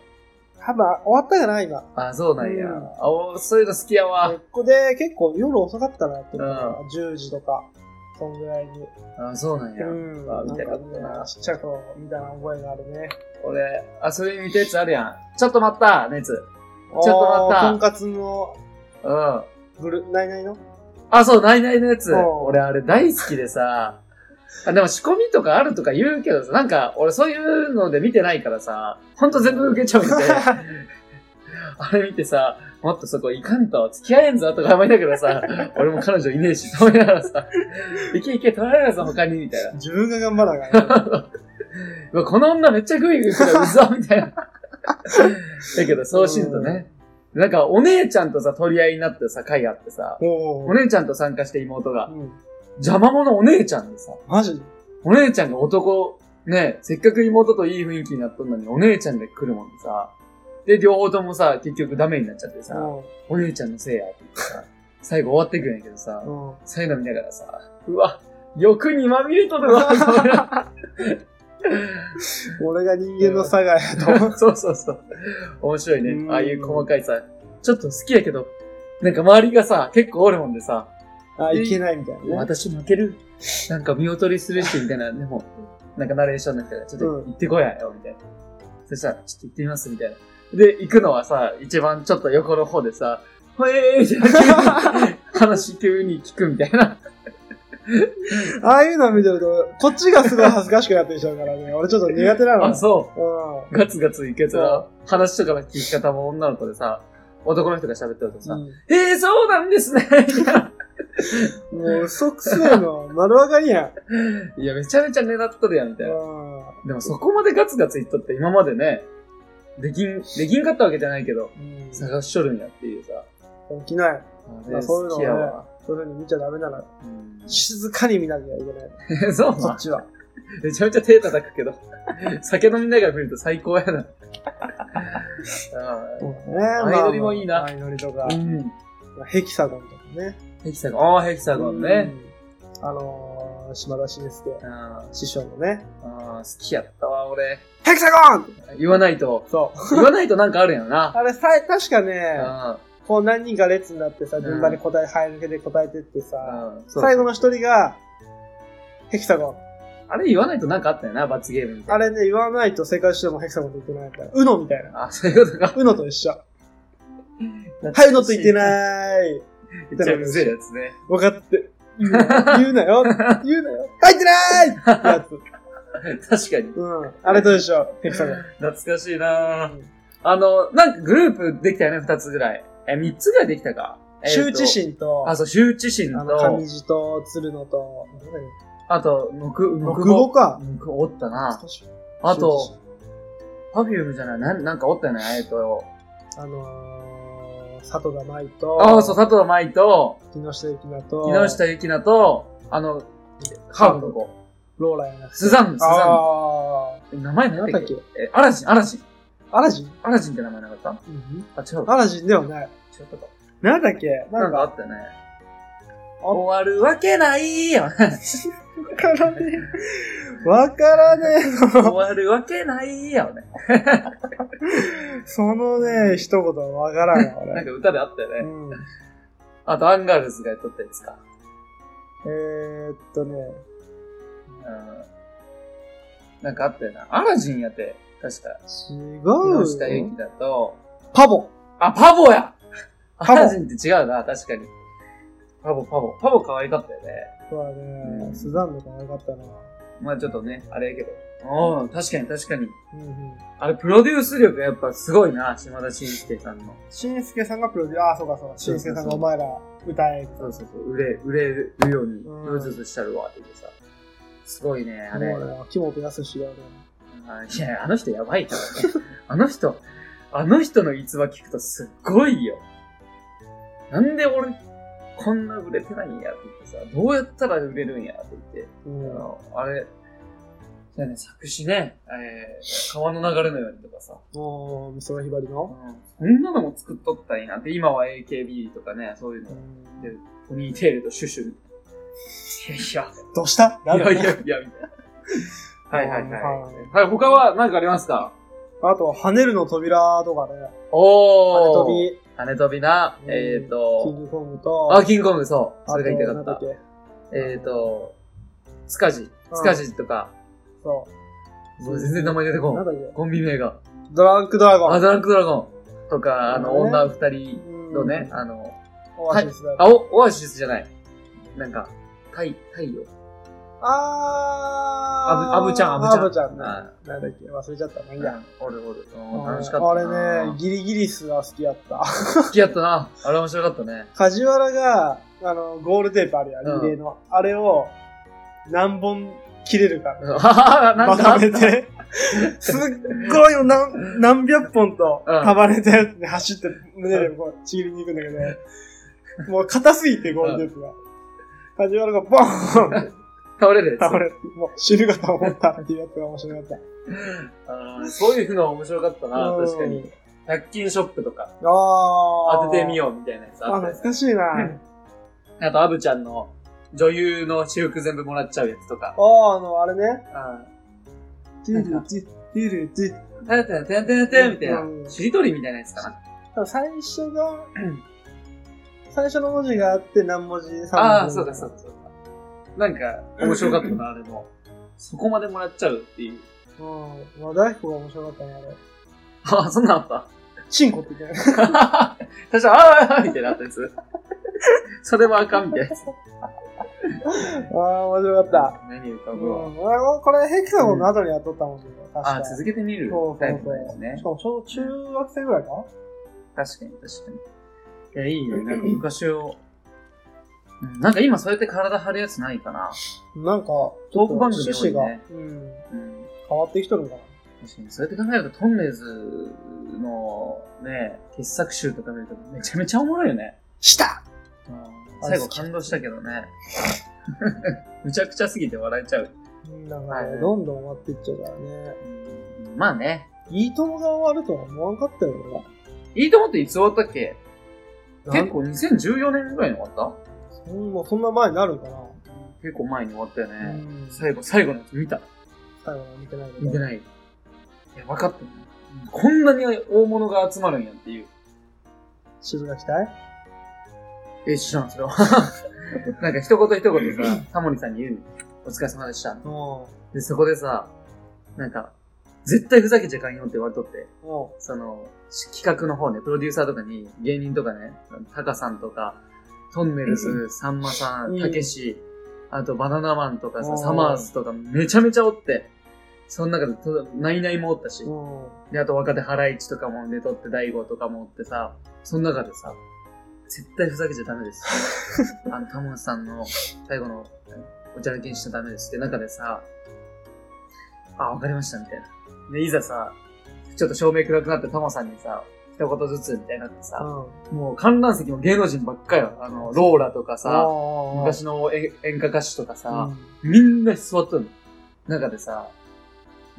S2: 多分終わったかな、今。
S1: あ、そうなんや。
S2: うん
S1: あ、おそういうの好きやわ
S2: こ。こで結構夜遅かったなって思ったから、10時とか、そんぐらいに。
S1: あ、そうなんや。
S2: うん。
S1: あ見たか
S2: な
S1: ったなん
S2: かねちっちゃい頃みたいな覚えがあるね。
S1: 俺、あ、それ見たやつあるやん。ちょっと待った、のやつ。
S2: ちょ
S1: っと待った
S2: とんかつの、
S1: うん。
S2: ブル、ないな いの
S1: あ、そう、ナイナイのやつ。
S2: うん
S1: 俺、あれ大好きでさ。あでも仕込みとかあるとか言うけどさ、なんか、俺そういうので見てないからさ、ほんと全部受けちゃうん で、あれ見てさ、もっとそこ行かんと、付き合えんぞとか思いながらさ、俺も彼女いねえし、と思いながらさ、行け行け、取られるぞ他に、みたいな。
S2: 自分が頑 張らなかった。
S1: うわ、この女めっちゃグイグイ来る、うざ、みたいな。だけど、そうしんとね。なんか、お姉ちゃんとさ、取り合いになってさ、会あってさ、
S2: お
S1: お
S2: ー。
S1: 姉ちゃんと参加して妹が
S2: う、ん。
S1: 邪魔者お姉ちゃんでさ、
S2: マジ
S1: お姉ちゃんが男、ね、せっかく妹といい雰囲気になっとんのに、お姉ちゃんで来るもんでさ、で、両方ともさ、結局ダメになっちゃってさ、
S2: う
S1: お姉ちゃんのせいやって言ってさ、最後終わってくんやけどさ、
S2: ん。うん。
S1: そういうの見ながらさ、うわ、欲にまみれとるわ、と思いながら
S2: 俺が人間の差がやと。
S1: そうそうそう。面白い
S2: うん
S1: ね。ああいう細かいさ。ちょっと好きやけど、なんか周りがさ、結構おるもんでさ、
S2: あ、いけないみたいなね。
S1: 私負ける。なんか見劣りするし、みたいな。でも、なんかナレーションだから、ちょっと
S2: うん
S1: 行ってこいやよ、みたいな。そしたら、ちょっと行ってみます、みたいな。で、行くのはさ、一番ちょっと横の方でさ、ほえーみたいな。話急に聞くみたいな。
S2: ああいうの見てると、こっちがすごい恥ずかしくなってきちゃうからね。俺ちょっと苦手なの。
S1: あ、そう。
S2: う
S1: ガツガツいくやつが、話とかの聞き方も女の子でさ、男の人が喋ってるとさ、
S2: ん。
S1: えー、そうなんですねみたいな。
S2: もう嘘くせえの。丸わかり やん。
S1: いや、めちゃめちゃ狙っとるやん、みたいな。
S2: うん
S1: でもそこまでガツガツいっとって、今までね、できん、できんかったわけじゃないけど、
S2: うん。
S1: 探しとるんやっていうさ。
S2: 起きない。
S1: あ
S2: まあ
S1: れ
S2: そういう
S1: 好
S2: の
S1: き
S2: はね
S1: やわ。
S2: そういうふうに見ちゃダメなら、
S1: うん
S2: 静かに見なきゃいけな い。
S1: そう
S2: こ
S1: な
S2: っ。ちは。
S1: めちゃめちゃ手叩くけど、 酒飲みながら見ると最高やな。
S2: そうね。
S1: 相乗りもいいな
S2: まあ相乗りとか
S1: う、ん。
S2: ヘキサゴンとかね。
S1: ヘキサゴン。ああ、ヘキサゴンね。
S2: うん。あのー、島田紳介
S1: あ
S2: 師匠のね、
S1: ーあー、好きやったわ、俺。
S2: ヘキサゴン
S1: 言わないと、
S2: そう。
S1: 言わないとなんかあるんやろ な。
S2: あれさ、確かね、
S1: あ
S2: こう何人か列になってさ、
S1: うん
S2: 順番に答え、早抜けで答えてってさ、
S1: あ、そう
S2: 最後の一人が、ヘキサゴン。
S1: あれ言わないとなんかあったよな、罰ゲームみた
S2: あ
S1: いな。
S2: れね、言わないと正解してもヘキサゴンと言ってないから。ウノみたいな。
S1: あそういうことか。
S2: ウノと一緒。はい、ウノと言って
S1: い。
S2: ない。
S1: めっちゃうぜえやつね。
S2: 分かって、言うな言うなよ言うなよ入ってないってやつ。
S1: 確かに。
S2: うん。あれと一緒。ヘクサゴン。
S1: 懐かしいなぁあの、なんかグループできたよね、二つぐらい。え、三つぐらいできたか。えーと
S2: 羞恥。心と、
S1: あ、そう、羞恥心
S2: あの、上
S1: と、
S2: 地と鶴野と、なんだっけ
S1: あと、ぬく、ぬ
S2: 六五か。
S1: ぬくおったな
S2: 懐かしい
S1: あと、、パフュームじゃない、なん、なんかおったよね、えっと。
S2: 羞恥心あのー、佐藤が舞と、
S1: あ、そう、佐藤舞と、
S2: 木下ゆきなと、
S1: 木下ゆきなと、あの、ハーフの子。
S2: ローラやな。
S1: スザンヌ、スザ
S2: あ
S1: ンヌ。名前
S2: ー、
S1: な
S2: なんん
S1: だ
S2: だ
S1: っ
S2: っ
S1: け
S2: け
S1: え、アラジン、アラジン。
S2: アラジン
S1: アラジンって名前なかったあ、違うか。
S2: アラジンではない。
S1: 違ったか。
S2: なんだっけ
S1: な
S2: なんん
S1: かあ
S2: か、
S1: ったよね。終わるわけない よ。
S2: わからねえ。わからね
S1: 終わるわけないよね。
S2: え。そのね、一言はわからん わ、
S1: なん
S2: 俺。
S1: か歌であったよ
S2: う
S1: ね。
S2: ん。
S1: あと、アンガールズがやっとったやつか。
S2: えー、っとね、
S1: うん。なんかあったよな。アラジンやって、確か。
S2: 違
S1: 木下
S2: う
S1: ゆ
S2: よ
S1: き。だと、
S2: パボ
S1: あ、パボや
S2: パ
S1: ア
S2: ボ
S1: ラジンって違うな、確かに。パボ、パボ。パボ可愛かったよね。
S2: は
S1: うん
S2: ね、スザンヌが良かったな。
S1: まあちょっとね、あれやけど。うん、確かに確かに。
S2: うんうん。
S1: あれ、プロデュース力やっぱすごいな、島田紳介さんの。
S2: しんすけさんがプロデュー、あー、そうかそうか。しんすけさんがお前ら歌え。
S1: そうそうそう、売れ、売れるように、プ
S2: うん
S1: ロデュースしたるわ、って言ってさ。すごいね、あれ。
S2: もうね、木本康史がね、
S1: あいや、あの人やばいからね。 あの人、あの人の逸話聞くとすっごいよ。なんで俺、こんな売れてないんやって言ってさ、どうやったら売れるんやって言って、
S2: うん
S1: あの、あれ、じゃあね、作詞ね、えー、川の流れのようにとかさ、
S2: もう、美空ひばりの。
S1: そんなのも作っとったんやって、今は AKB とかね、そういうの
S2: う、ん
S1: でポニーテールとシュシュ。いや
S2: どうした
S1: いや、いやいや、いや、みたいな。はいはい
S2: は
S1: はい。はい、他は何かありますか
S2: あと、跳ねるの扉とかね、
S1: お
S2: 跳
S1: ー。
S2: ね飛び、
S1: 羽飛びな、
S2: うん
S1: えっ、
S2: キン
S1: と、
S2: グコングと、
S1: あ、キングコング、そう。
S2: あ
S1: それが言いた
S2: とな
S1: か
S2: んだ
S1: っ
S2: っけ
S1: た。えっ、と、スカジ、スカジとか、
S2: そ
S1: もう全然名前出て
S2: う。
S1: こ
S2: なん
S1: ん。
S2: だっけ
S1: コンビ名が。
S2: ドランクドラゴ
S1: ア
S2: ン。
S1: ドランクドラゴンとか、あの、
S2: うん
S1: 女二人のね、
S2: うん
S1: あの、
S2: オアシスだよ。
S1: あ、お、オアシスじゃない。なんか、太、太陽。
S2: あー。
S1: アブアブちゃんアブちゃん
S2: アブちゃんね。
S1: あ
S2: なんだっけ忘れちゃった。まあいいや。
S1: おるおる。うん楽しかったな。
S2: 俺ね、ギリギリスは好きやった。
S1: 好きやったな。あれ面白かった ね。
S2: 梶原が、あの、ゴールテープあるや
S1: うん
S2: ん、リレーの。あれを、何本切れるか。
S1: はははなん
S2: ま
S1: かあ
S2: と
S1: っ
S2: め
S1: た。
S2: て。すっごいの何、何百本と
S1: うん
S2: 束ねたやつで走って胸でこうちぎりに行くんだけど、もう硬すぎてゴールテープが。梶原がボーンって
S1: 倒れるやつ
S2: 倒れて、もう死ぬかと思ったっていうやつが面白かった。
S1: あーそういうの面白かったな。
S2: うん
S1: 確かに。。100均ショップとか。
S2: ああ。
S1: 当ててみ
S2: う。
S1: ようみたいなやつ
S2: あ、
S1: あったや
S2: 懐
S1: つ
S2: かしいな。
S1: うんあと、アブちゃんの女優の私服全部もらっちゃうやつとか。
S2: ああ、あの、あれね。ト
S1: なん
S2: ゥ
S1: か
S2: ルトゥ、トゥルトゥ。
S1: たやたやたやたやたやみたい
S2: うん
S1: な。しりとりみたいなやつかな。
S2: 多分最初が
S1: ん、
S2: 最初の文字があって何文字3文字。
S1: ああ、そうかそうかそうか。なんか、面白かったな、あれも。そこまでもらっちゃうっていう。
S2: うん。和田彦が面白かったね、あれ。
S1: ああ、そんなんあった。
S2: チンコって言ってない。
S1: 確かに、ああ、みたいなあったやつ。それもあかんみたいなやつ。
S2: ああ、面白かっ
S1: 何浮
S2: た。
S1: か
S2: うん。
S1: ぶわ。
S2: 俺これ、ヘキサゴンの後にやっとったもんね。確か
S1: ああ、続けてみる
S2: そう
S1: タ
S2: そ
S1: イ
S2: う
S1: プ
S2: そ
S1: のやつ
S2: う。
S1: ね
S2: し。かも、ちょうど中学生ぐらいか
S1: 確かに、確かに。いや、いいね。なんか昔を、うんなんか今そうやって体張るやつないかな。
S2: ななんか、
S1: トーク番組
S2: 趣
S1: 多
S2: 旨
S1: い
S2: が、
S1: ね。
S2: うん、
S1: うん。
S2: 変わってきとるのかな。
S1: 確かに、そうやって考えると、トンネルズのね、傑作集とか見るとめちゃめちゃおもろいよね。
S2: した
S1: 最後感動したけどね。 むちゃくちゃすぎて笑えちゃう。
S2: なんか
S1: はい
S2: ね、どんどん終わっていっちゃうからね。
S1: うんまあね。
S2: いいともが終わるとは思わんかったよ、俺はい
S1: いともっていつ終わったっけ
S2: なん
S1: 結構2014年ぐらいに終わっ
S2: そんな、そんな前になるか
S1: た結構前に終わったよね。
S2: な。ん最
S1: 最後、最後のやつ見た
S2: 後は見てないけど。
S1: 見てない。いや、分かったね。こんなに大物が集まるんやっていう。
S2: 静かしたい
S1: え、知らん、それは。 なんか一言一言さ、タモリさんに言うのお疲れ様でした。
S2: うん。
S1: で、そこでさ、なんか、絶対ふざけちゃいかんよって言われとって、
S2: うん。
S1: その、し企画の方ね、プロデューサーとかに、芸人とかね、タカさんとか、トンネルズ、さんまさ
S2: うん
S1: ん、たけし、あとバナナマンとか
S2: う
S1: さ、
S2: ん
S1: サマーズとかめちゃめちゃおって、その中でと、ナイナイもおったし、
S2: うん。
S1: で、あと若手ハライチとかも出とって、大悟とかもおってさ、その中でさ、絶対ふざけちゃダメです。 あの、タモさんの最後のおちゃらけにしちゃダメですって中でさ、あ、わかりました、みたいな。で、いざさ、ちょっと照明暗くなってタモさんにさ、一言ずつみたいになってさ、もう観覧席も芸能人ばっかよ。あの、ローラとかさ、
S2: あ
S1: 昔のえ演歌歌手とかさ、
S2: うん
S1: みんな座っとるの。中でさ、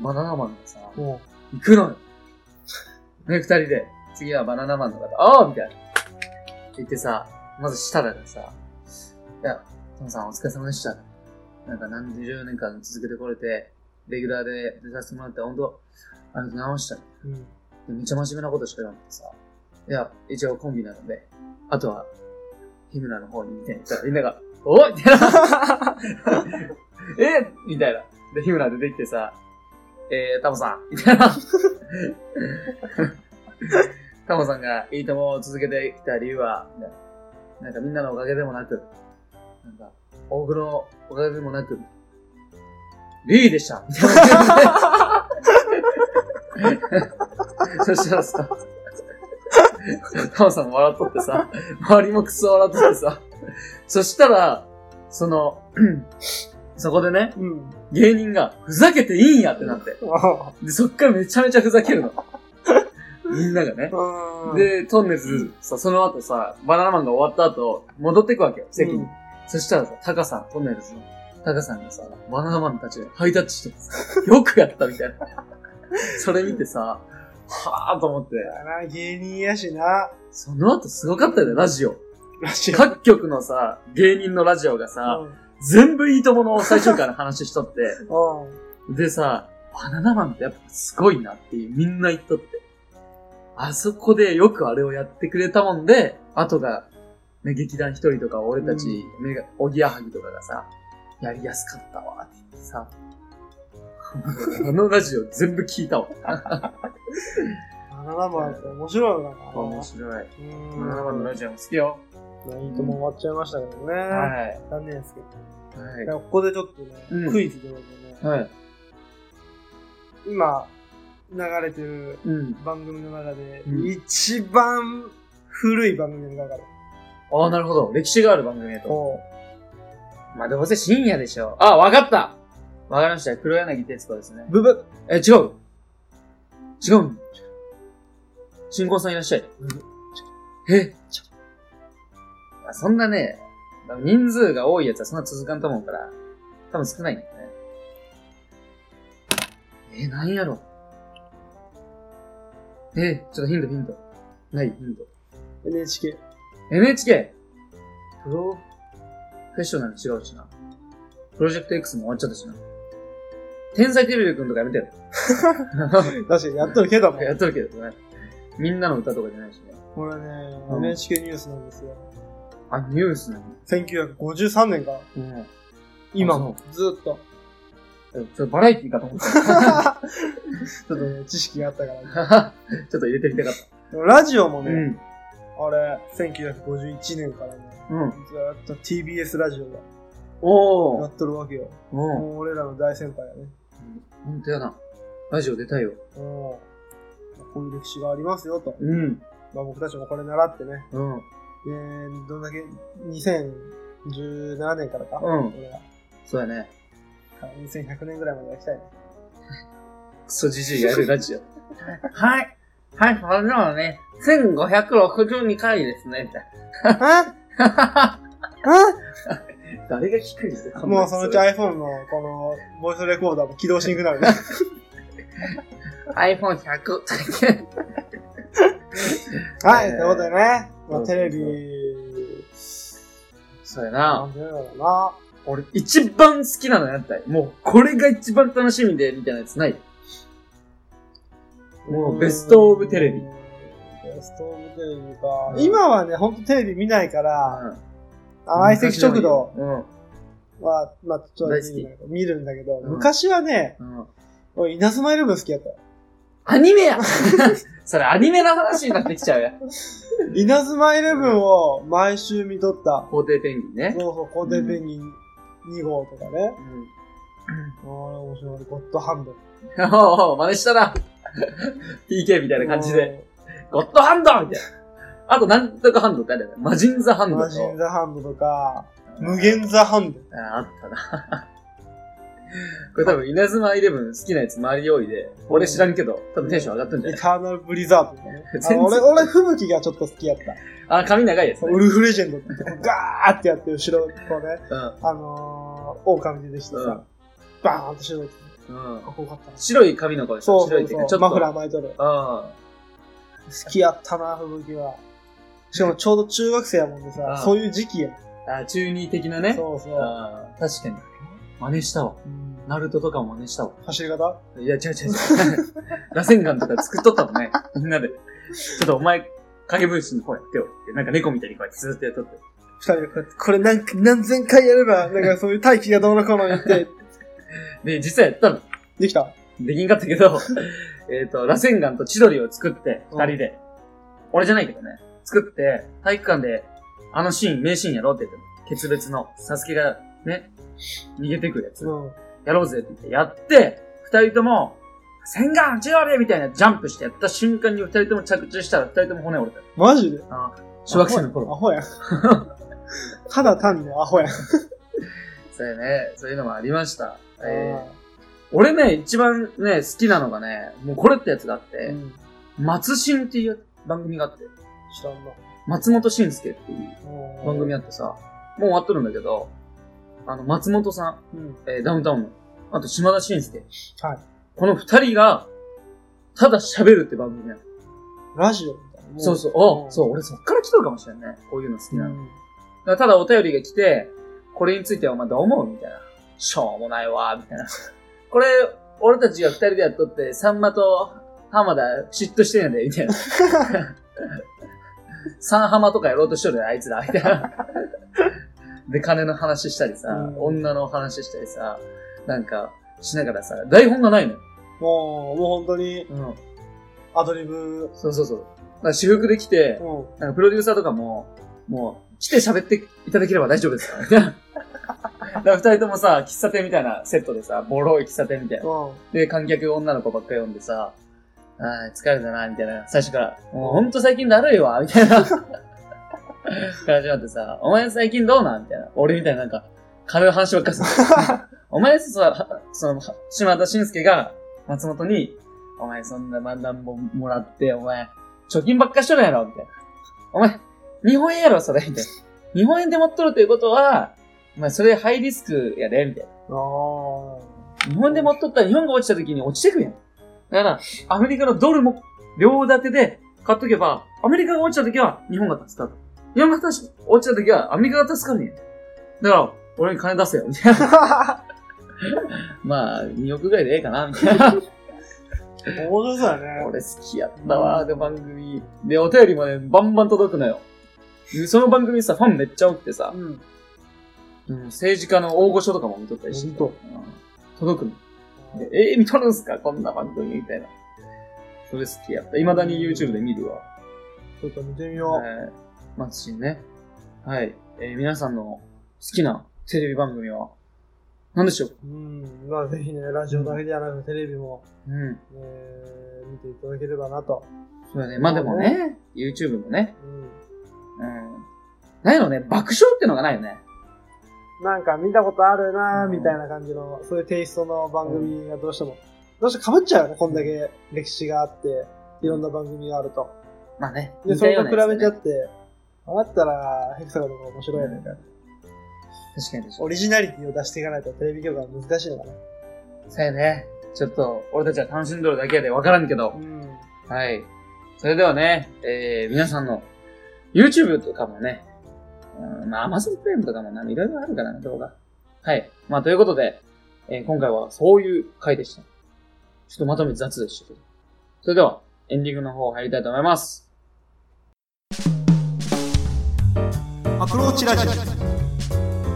S1: バナナマンがさ、
S2: も
S1: 行くのよ。で、二人で、次はバナナマンの方、ああみたいな。言ってさ、まず設楽がさ、いや、トムさんお疲れ様でした。なんか何十年間続けてこれて、レギュラーで出させてもらって、本当ありがとうございました。
S2: う、うん。
S1: めっちゃ真面目なことしか言わなくてさ。いや、一応コンビなので、あとは、日村の方にみたいな言ったらみんなが、おいみ たいな。えみたいな。で、日村出てきてさ、えー、タモさんみたいな。 タモさんがいいともを続けてきた理由は、みたいな。なんかみんなのおかげでもなく、なんか、大黒のおかげでもなく、リーでしたみたいな。そしたらさ、タモさんも笑っとってさ、周りもクソ笑っとってさ、そしたら、その、 そこでね、
S2: うん。
S1: 芸人が、ふざけていいんやってなって。
S2: あ
S1: で、そっからめちゃめちゃふざけるの。みんながね。
S2: あうん、
S1: で、トンネルズさ、その後さ、バナナマンが終わった後、戻ってくわけよ、席に。
S2: うん
S1: そしたらさ、タカさん、トンネルズの、タカさんがさ、バナナマンたちがハイタッチしててさ、よくやったみたいな。それ見てさ、はぁーと思って、
S2: だな、芸人やしな。
S1: その後すごかったよね、ラジオ。
S2: らしい。
S1: 各局のさ、芸人のラジオがさ、全部いいともの最終回の話しとって、
S2: うん。うん。
S1: でさ、バナナマンってやっぱすごいなっていう、みんな言っとって。あそこでよくあれをやってくれたもんで、あとが、ね、劇団一人とか俺たち、メガおぎやはぎとかがさ、やりやすかったわって言ってさ、 あのラジオ全部聞いたわ。
S2: バナナマンって面白いのかな。
S1: 面白い。
S2: うん。
S1: バナナマンのラジオも好きよ。
S2: いいとも終わっちゃいましたけどね。
S1: は
S2: 残念ですけど。
S1: い。は
S2: だからここでちょっとね、
S1: うん
S2: クイズでございます
S1: い。
S2: ね、
S1: はい。
S2: 今、流れてる
S1: うん。
S2: 番組の中で、
S1: うん
S2: 一番古い番組の中で、
S1: ああ、なるほど。歴史がある番組やと。
S2: こ
S1: まあ、どうせ深夜でしょ。あ、わかったわかりました。黒柳徹子ですね
S2: う。ブブ
S1: え、違う違う新婚さんいらっしゃい。えあそんなね、人数が多いやつはそんな続かんと思うから、多分少ないんだよね。え、なんやろえ、ちょっとヒントヒント。ないヒント。
S2: NHK。
S1: NHK! プロフェッショナル違うしな。プロジェクト X も終わっちゃったしな。天才テレビくんとかやめて よ。
S2: 確かにやっとるけども。
S1: やっとるけどね。みんなの歌とかじゃないしね。
S2: これね、
S1: うん
S2: NHK ニュースなんですよ。
S1: あ、ニュースなの
S2: 1953年から、
S1: うん。
S2: 今も、ず っと。
S1: ちょっとバラエティーかと思っ
S2: ちょっとね、知識があったから、ね。
S1: た。ちょっと入れてみたかっ
S2: でもラジオも
S1: た。
S2: ね、
S1: うん。
S2: あれ、1951年からね、
S1: うん。
S2: ずーっと TBS ラジオが
S1: お
S2: や
S1: ー。
S2: っとるわけよ。
S1: うん。
S2: もう俺らの大先輩やね。
S1: ほんとやな。ラジオ出たいよ。
S2: うん。こういう歴史がありますよと。
S1: うん。
S2: まあ僕たちもこれ習ってね。
S1: うん。
S2: えー、どんだけ、2017年からか。
S1: うん
S2: 俺ら。
S1: そうやね。
S2: 2100年ぐらいまでやり たいね。
S1: クソじじいがやるラジオ。 はい。はい、それではね、1562回ですね、みたい
S2: ああ
S1: な。誰が聞くんですか
S2: もうそのうち iPhone のこの、ボイスレコーダーも起動しにくくな るね。
S1: iPhone100 とか言って。
S2: はい、
S1: えー
S2: ということでね。ま
S1: そうそう
S2: あ
S1: そう
S2: テレビ、
S1: そうや
S2: な
S1: な。
S2: んていうのかな。
S1: 俺、一番好きなのやったい。もう、これが一番楽しみで、みたいなやつない。もうベストオブテレビ
S2: うん。ベストオブテレビか。今はね、ほんとテレビ見ないから、あの相席食堂。は、まあ、ちょっと見るんだけど、
S1: 大好きうん
S2: 昔はね、
S1: うん。うん。
S2: 俺稲妻イレブン好きやったよ。
S1: アニメや それアニメの話になってきちゃうや。
S2: 稲妻イレブンを毎週見とった。
S1: 皇帝ペンギンね。
S2: そうそう、皇帝ペンギン2号とかね。
S1: うん。
S2: ああ、面白い。ゴッドハンド。
S1: おー真似したな。PK みたいな感じで。ゴッドハンドみたいな。あと、なんとかハンドってあれだよ。マジンザハ
S2: う
S1: ン
S2: ん。
S1: ド
S2: マジン
S1: と。
S2: ザハンドとか、無限ザハンド。
S1: ああったな。 これ多分、稲妻イレブン好きなやつ周り多いで、俺知らんけど、多分テンション上がったんじゃ
S2: エ
S1: ない
S2: ターナルブリザードとかね。
S1: 全
S2: あ
S1: 然
S2: の俺、俺、吹雪がちょっと好きやった。
S1: あ、髪長いやつね。
S2: ウルフレジェンドって、ガーってやって後ろ、こうね、
S1: うん。
S2: あのー、狼出てきてさ、バーンって白い。か
S1: うん。
S2: っこよかったな。
S1: 白い髪の子でしょ
S2: そう
S1: 白
S2: そ
S1: いっ
S2: う
S1: て
S2: そ
S1: いううか、ちょっと。
S2: マフラー巻いとる。
S1: うん。
S2: 好きやったな、吹雪は。しかもちょうど中学生やもんで
S1: うん
S2: さ、そういう時期や。
S1: あ、中二的なね。
S2: そうそう。
S1: あー確かに。真似したわ。
S2: うん
S1: ナルトとかも真似したわ。
S2: 走り方
S1: いや、違う違う違 う。螺旋丸とか作っとったもんね。みんなで。ちょっとお前、影分身の方やってよって。なんか猫みたいにこうやってずっとやっとって。
S2: 二人でこうやって、これ何何千回やれば、なんかそういう大気がどうのこうの言って、
S1: で、実際やったの。
S2: できた。
S1: できんかったけ ど、えっと、螺旋丸と千鳥を作って、
S2: うん
S1: 二人で。俺じゃないけどね。作って、体育館で、あのシーン、名シーンやろうって言って、決別の、サスケがね、逃げてくるやつ。
S2: うん。
S1: やろうぜって言って、やって、二人とも、千眼千鳥みたいなジャンプしてやった瞬間に二人とも着地したら二人とも骨折れた。
S2: マジで
S1: 小学生の頃。
S2: アホや。 ただ単にアホや。
S1: そうやね。そういうのもありました。えー
S2: う
S1: 俺ね、一番ね、好きなのがね、もうこれってやつがあって、
S2: ん。
S1: 松新っていう番組があって、
S2: 知らんな。
S1: 松本新介っていう
S2: うん
S1: 番組あってさ、もう終わっとるんだけど、あの、松本さん、
S2: うん。
S1: えーダウンタウンの、あと島田紳介。
S2: はい。
S1: この二人が、ただ喋るって番組なの。
S2: ラジオみたいな。
S1: そうそう。あ、そうう、俺そっから来とるかもしれんね。こういうの好き
S2: ん。
S1: な
S2: う
S1: の。だ
S2: ん
S1: からただお便りが来て、これについてお前どう思うみたいな。しょうもないわ、みたいな。これ、俺たちが二人でやっとって、さんまと浜田嫉妬してんやで、みたいな。三浜とかやろうとしとるで、あいつら、みたいな。で、金の話したりさ、
S2: うん
S1: 女の話したりさ、なんか、しながらさ、台本がないのよ。
S2: もう、もう本当に
S1: うん。
S2: アドリブ。
S1: そうそうそう。だから私服で来て、
S2: うん。
S1: なんかプロデューサーとかも、もう、来て喋っていただければ大丈夫です から、みたいな。だから二人ともさ、喫茶店みたいなセットでさ、ボロい喫茶店みたいな。
S2: うん。
S1: で、観客女の子ばっかり呼んでさ、あー疲れたな、みたいな。最初から、もうほんと最近だるいわ、みたいな。 から始まってさ、お前最近どうなんみたいな。俺みたいななんか、軽い話ばっかりする。お前さ、その、島田紳介が松本に、お前そんな漫談ももらって、お前、貯金ばっかしとるやろ、みたいな。お前、日本円やろ、それ、みたいな。日本円で持っとるということは、お前それハイリスクやで、みたいな。
S2: あ
S1: 日本で持っとったら日本が落ちた時に落ちてくやん。だから、アメリカのドルも両立てで買っとけば、アメリカが落ちた時は日本が助かる。日本が落ちた時はアメリカが助かるねん。だから、俺に金出せよ、みたいな。
S2: あ。
S1: まあ、2億ぐらいでええかな、みたいな。
S2: 面白そうだね。
S1: 俺好きやったわ、で、番組。で、お便りもね、バンバン届くのよ。でその番組さ、ファンめっちゃ多くてさ
S2: う、ん。
S1: うん政治家の大御所とかも見とったりして。
S2: ほんと
S1: うん届くの。でえー、見とるんすかこんな番組みたいな。それ好きやった。未だに YouTube で見るわ。
S2: ちょっと見てみよ
S1: はい。松新ね。はい。えー皆さんの好きなテレビ番組は何でしょう
S2: う。うん。まあぜひね、ラジオだけではなくテレビも、
S1: うん。
S2: えー見ていただければなと。
S1: そうだね。まあでもね、YouTube もね。
S2: うん。
S1: うん。ないのね、爆笑ってのがないよね。
S2: なんか見たことあるな
S1: う
S2: ー
S1: ん
S2: みたいな感じの、そういうテイストの番組がどうしても、どうしても被っちゃうよね、こんだけ歴史があって、いろんな番組があると。
S1: まあね。
S2: で、それと比べちゃ
S1: て。
S2: って、あなったら、ヘクサゴンの方が面白いよね、
S1: 確かに確か
S2: オリジナリティを出していかないとテレビ局は難しいのかな。
S1: に。そうやね。ちょっと、俺たちは楽しんどるだけやでわからんけど。
S2: うん。
S1: はい。それではね、えー、皆さんの YouTube とかもね、うん、まあ Amazon プライムとかもないろいろあるからな、動画。はい。まあということで、えー今回はそういう回でした。ちょっとまとめ雑でしたけど。それでは、エンディングの方入りたいと思います。
S2: アプローチラジオ。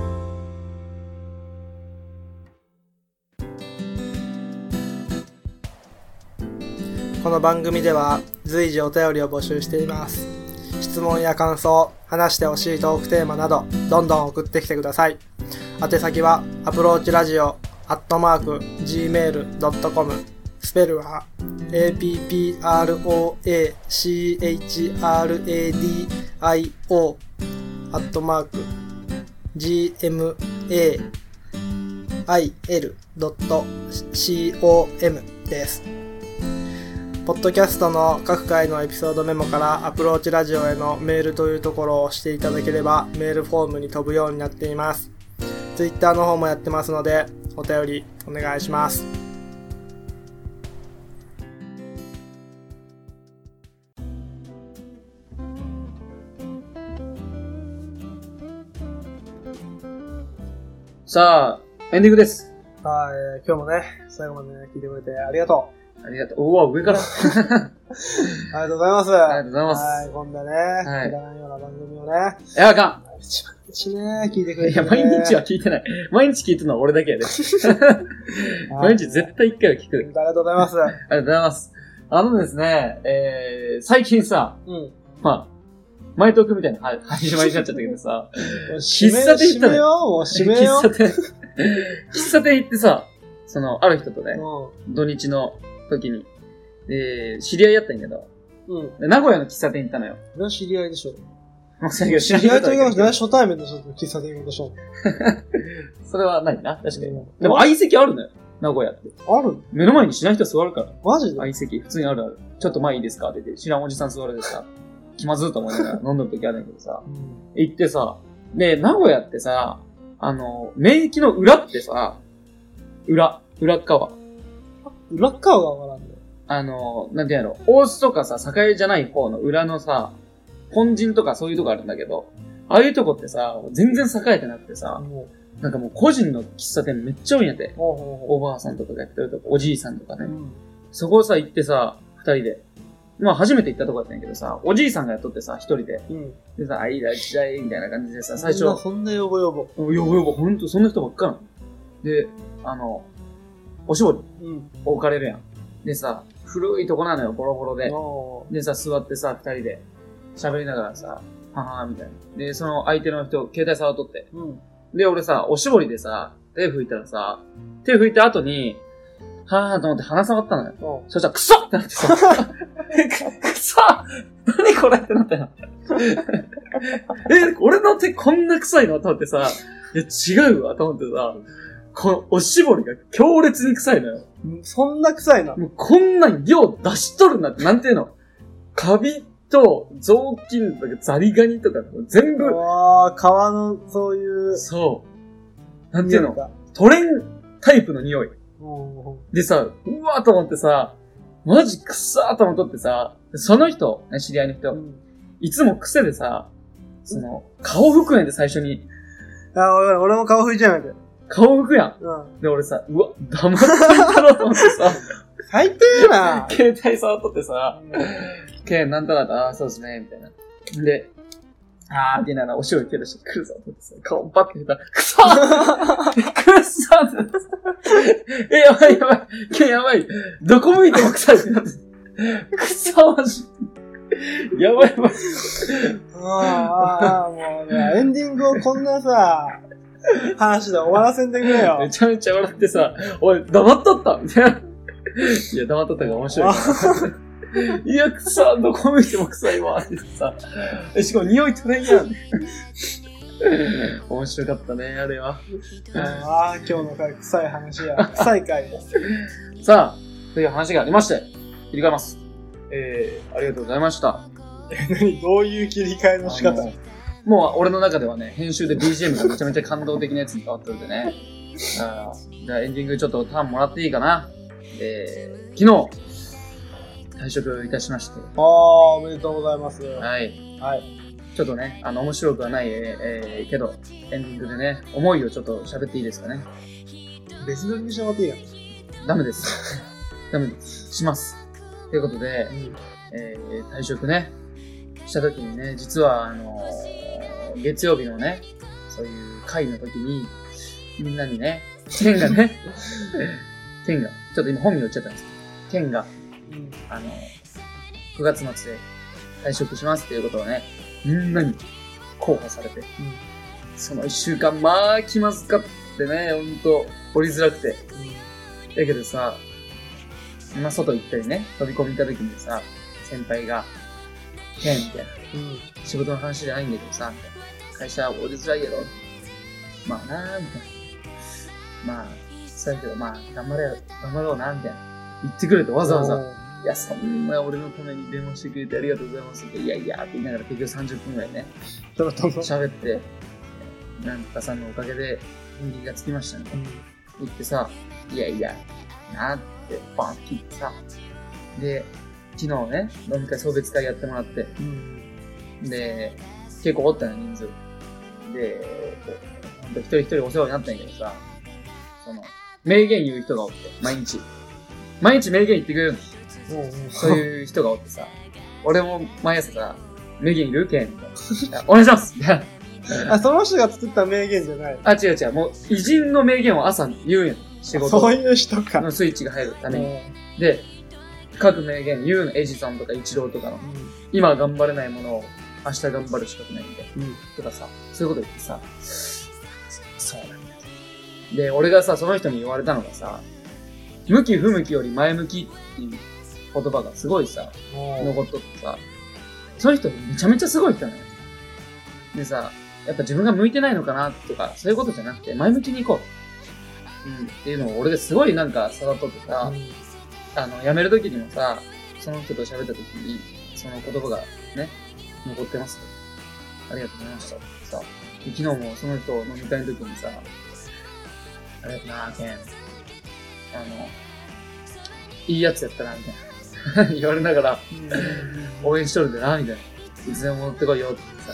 S2: この番組では随時お便りを募集しています。質問や感想、話してほしいトークテーマなど、どんどん送ってきてください。宛先は、アプローチラジオ、アットマーク、gmail.com、スペルは、approachradio、アットマーク、gmail.com です。ポッドキャストの各回のエピソードメモからアプローチラジオへのメールというところを押していただければメールフォームに飛ぶようになっています。ツイッターの方もやってますのでお便りお願いします。
S1: さあ、エンディングです。
S2: あえー今日もね、最後まで、ね、聞いてくれてありがとう。
S1: ありがとう。うわ、上 から。
S2: ありがとうございます。
S1: ありがとうございます
S2: はい、こんなね、
S1: い
S2: くだらないような番組をね、
S1: いや、あか
S2: 毎日毎日ね、聞いてく
S1: ん。
S2: れ
S1: い
S2: て、
S1: や、
S2: ね。
S1: 毎日は聞いてない。毎日聞いてるのは俺だけやで。
S2: はい。
S1: 毎日絶対一回は聞
S2: あ
S1: く
S2: り。がとうございます。
S1: ありがとうございます。あのですね、えー、最近さ、
S2: うん。
S1: まあ、前トークみたいなは始まりになっちゃったけど さ、
S2: 締め
S1: 喫茶店行ったの
S2: 締めよう、もう締めよ
S1: 喫茶店、喫茶店行ってさ、その、ある人とね、
S2: う。
S1: 土日の時に、で、知り合いやったんやけど、
S2: うん。うん。
S1: で名古屋の喫茶店行ったのよ。
S2: それは知り合いでしょ。
S1: まあ、知り
S2: 知り合いと言い
S1: 合
S2: ま
S1: い
S2: すね。初対面の人と喫茶店行くでしょ。
S1: それはないな、確かに。
S2: うん
S1: でも相席あるのよ、名古屋って。
S2: ある
S1: 目の前に知らん人座るから。
S2: マジで
S1: 相席、普通にあるある。ちょっと前いいですかって言って、知らんおじさん座るでさ、気まずいと思いながら飲んどる時あるんやけどさ、
S2: うん
S1: 行ってさ、で、名古屋ってさ、あの、免疫の裏ってさ、裏、裏っ側。
S2: 裏っ側がわからんね。
S1: あの、なんていうんやろ、大須とかさ、栄じゃない方の裏のさ、本陣とかそういうとこあるんだけど、ああいうとこってさ、全然栄えてなくてさ、
S2: もう。
S1: なんかもう個人の喫茶店めっちゃ多いんやて。
S2: ほうほ
S1: おばあさんとかがやってるとか、おじいさんとか
S2: うほう。う
S1: ね。
S2: ん。
S1: そこをさ、行ってさ、二人で。まあ初めて行ったとこやったんやけどさ、おじいさんがやっとってさ、一人で。
S2: うん。
S1: でさ、あ、いいだ、時代、みたいな感じでさ、最初、
S2: そんなそんなよぼよぼ。
S1: いやいや、ほんと、そんな人ばっかなの。で、あの、おしぼり
S2: うん。
S1: 置かれるやん。でさ、古いとこなのよ、ボロボロで。
S2: おー
S1: でさ、座ってさ、二人で、喋りながらさ、ははみたいな。で、その相手の人、携帯触っとって。
S2: うん。
S1: で、俺さ、おしぼりでさ、手拭いたらさ、手拭いた後に、はぁと思って鼻触ったのよ。
S2: おう
S1: そしたら、くそってなってさ、くそ何これってなったよ。え、俺の手こんな臭いのと思ってさ、いや、違うわ、と思ってさ、このおしぼりが強烈に臭いのよ。
S2: そんな臭いな。
S1: もうこんなんよう出しとるなって、なんていうのカビと雑巾とかザリガニとか全
S2: う
S1: 部、
S2: わー、川のそういう。
S1: そう。なんていうの
S2: か。
S1: トレンタイプの匂い。
S2: うん。
S1: でさ、うわーと思ってさ、マジくさーと思っとってさ、その人、ね知り合いの
S2: う
S1: 人、
S2: ん
S1: いつも癖でさ、その、顔拭くんやで最初に。
S2: あ、俺俺も顔拭いちゃうやんて。
S1: 顔拭くやん。
S2: うん。
S1: で、俺さ、うわ、黙ってんだろうと思ってさ、
S2: 最低やな。
S1: 携帯触っとってさ、
S2: う
S1: 剣なんとかだ、ああー、そうですね、みたいな。で、あーって言いながら、お塩いけるし、来るぞ、と思ってさ、顔バッて見たら、くそーくそーって え、やばいやばい、剣やばい、どこ向いても臭いってなって、くそーマジ。やばいやばい。
S2: んあーあー、もうね、エンディングをこんなさ、話で終わらせんでくれよ
S1: め。ちゃめちゃ笑ってさ、おい、黙っとったみたいな。いや、黙っとったから面白いな。いや、くさ、どこ向いても臭いわ、って言ってさ。えしかも匂い取れんやん。面白かったね、あれは。
S2: ああ、今日の回、臭い話や。臭い回です。
S1: さあ、という話がありまして、切り替えます。えー、ありがとうございました。
S2: 何どういう切り替えの仕方
S1: あのもう俺の中ではね、編集で BGM がめちゃめちゃ感動的なやつに変わってるんでね。あーじゃあエンディングちょっとターンもらっていいかな。えー、昨日、退職いたしまして、
S2: ああ、おめでとうございます。は
S1: はい。
S2: い。
S1: ちょっとね、あの、面白くはない、えーえーけど、エンディングでね、思いをちょっと喋っていいですかね。
S2: 別撮りにしてもらっていいやん。
S1: ダメです。ダメです。します。ということで、えー退職ね、した時にね、実は、あのー月曜日のね、そういう会の時に、みんな にね、ケンがね、ケンが、ちょっと今本名言っちゃったんですけど、ケンが、
S2: うん。
S1: あの、9月末で退職しますっていうことをね、みんなに候補されて、その一週間、まあ気まずかってね、ほんと、掘りづらくて。だけどさ、今外行ったりね、飛び込み行った時にさ、先輩が、ケンみたいな、
S2: うん。うん。
S1: 仕事の話じゃないんだけどさ、みたいな会社降りづらいやろ。まあなーみたいな。まあ、そうやけど、まあ、頑張れよ、頑張ろうな、みたいな。言ってくれてわざわざ。いや、そんな俺のために電話してくれてありがとうございますって、いやいやって言いながら結局30分ぐらいね、
S2: どうぞどうぞ。
S1: 喋って、なんとかさんのおかげで、人気がつきましたね。
S2: うん。
S1: 言ってさ、いやいや、なって、バンって言ってさ、で、昨日ね、飲み会送別会やってもらって、
S2: うん。
S1: で、結構おったのよ人数。で、こうほんと一人一人お世話になったんやけどさ、その、名言言う人がおって、毎日。毎日名言言ってくれるの。
S2: うんうん。
S1: そういう人がおって さ、俺も毎朝さ、名言いるけんみたいな。お 願いしますみたいな
S2: あ、その人が作った名言じゃない。
S1: あ、違う違う。もう、偉人の名言を朝言うんやん。仕
S2: そう
S1: 事
S2: いう人か。
S1: のスイッチが入るために。
S2: う
S1: で、各名言言うの。エジソンとかイチローとかの。
S2: ん
S1: 今頑張れないものを明日頑張るしかないみたいな。
S2: うん。
S1: とかさ、そういうこと言ってさ、そうなんだよ。で、俺がさ、その人に言われたのがさ、向き不向きより前向きっていう言葉がすごいさ、残っとってさ、その人めちゃめちゃすごい人なのよ。でさ、やっぱ自分が向いてないのかなとか、そういうことじゃなくて、前向きに行こう。うん、っていうのを俺ですごいなんか育っとってさ、
S2: うん
S1: あの、辞める時にもさ、その人と喋った時に、その言葉がね、残ってますと。ありがとうございましたってさ、で昨日もその人飲み会の時にさ、あれなあ、ケン、あの、いいやつやったな、みたいな。 言われながら、応援しとるんだな、みたいな。いつでも戻ってこいよってさ、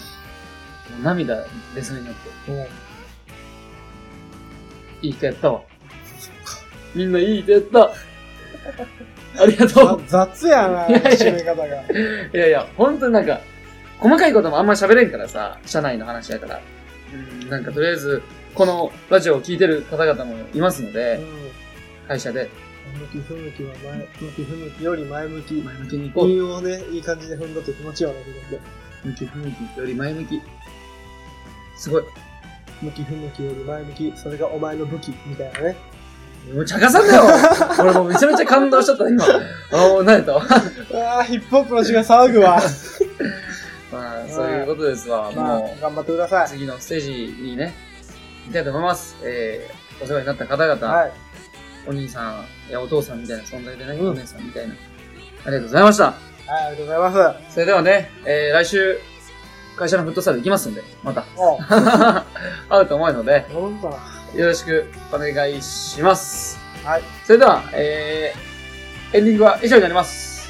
S1: もう涙出そうになって、
S2: うん
S1: いい人やったわ。みんないい人やった。ありがとう。
S2: ざ雑やな、
S1: いやいや
S2: 締め方が。
S1: いやいや、ほんとになんか、細かいこともあんま喋れんからさ、社内の話やから。うん、なんかとりあえず、このラジオを聞いてる方々もいますの
S2: う
S1: で、
S2: ん
S1: 会社で
S2: 向き不向きは前、向き不向きより前向き。
S1: 前向きに行こう。
S2: 韻をね、いい感じで踏んだって気持ちよね、自分で。
S1: 向き不向きより前向き。すごい。
S2: 向き不向きより前向き、それがお前の武器、みたいなね。
S1: もう茶化さんだ よ俺もうめちゃめちゃ感動しちゃった、今。あ、もう慣れ たわ。
S2: ああ、ヒップホップの血が騒ぐわ。
S1: まあ、そういうことですわ。
S2: まあ
S1: も、
S2: 頑張ってくだ
S1: う、
S2: さい。
S1: 次のステージにね、行きたいと思います。えー、お世話になった方々。
S2: はい。
S1: お兄さんやお父さんみたいな存在でね、
S2: うん
S1: お姉さんみたいな。ありがとうございました。
S2: はい、ありがとうございま
S1: それではね、えー、来週、会社のフットサル行きますんで、また。
S2: す。おう、
S1: 会うと思うので、
S2: 頼むかな。
S1: よろしくお願いします。
S2: はい。
S1: それでは、えー、エンディングは以上になります。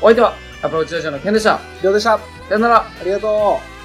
S1: お相手は、アプローチラジオのケンでした。
S2: 以上でした。
S1: さよなら。
S2: ありがとう。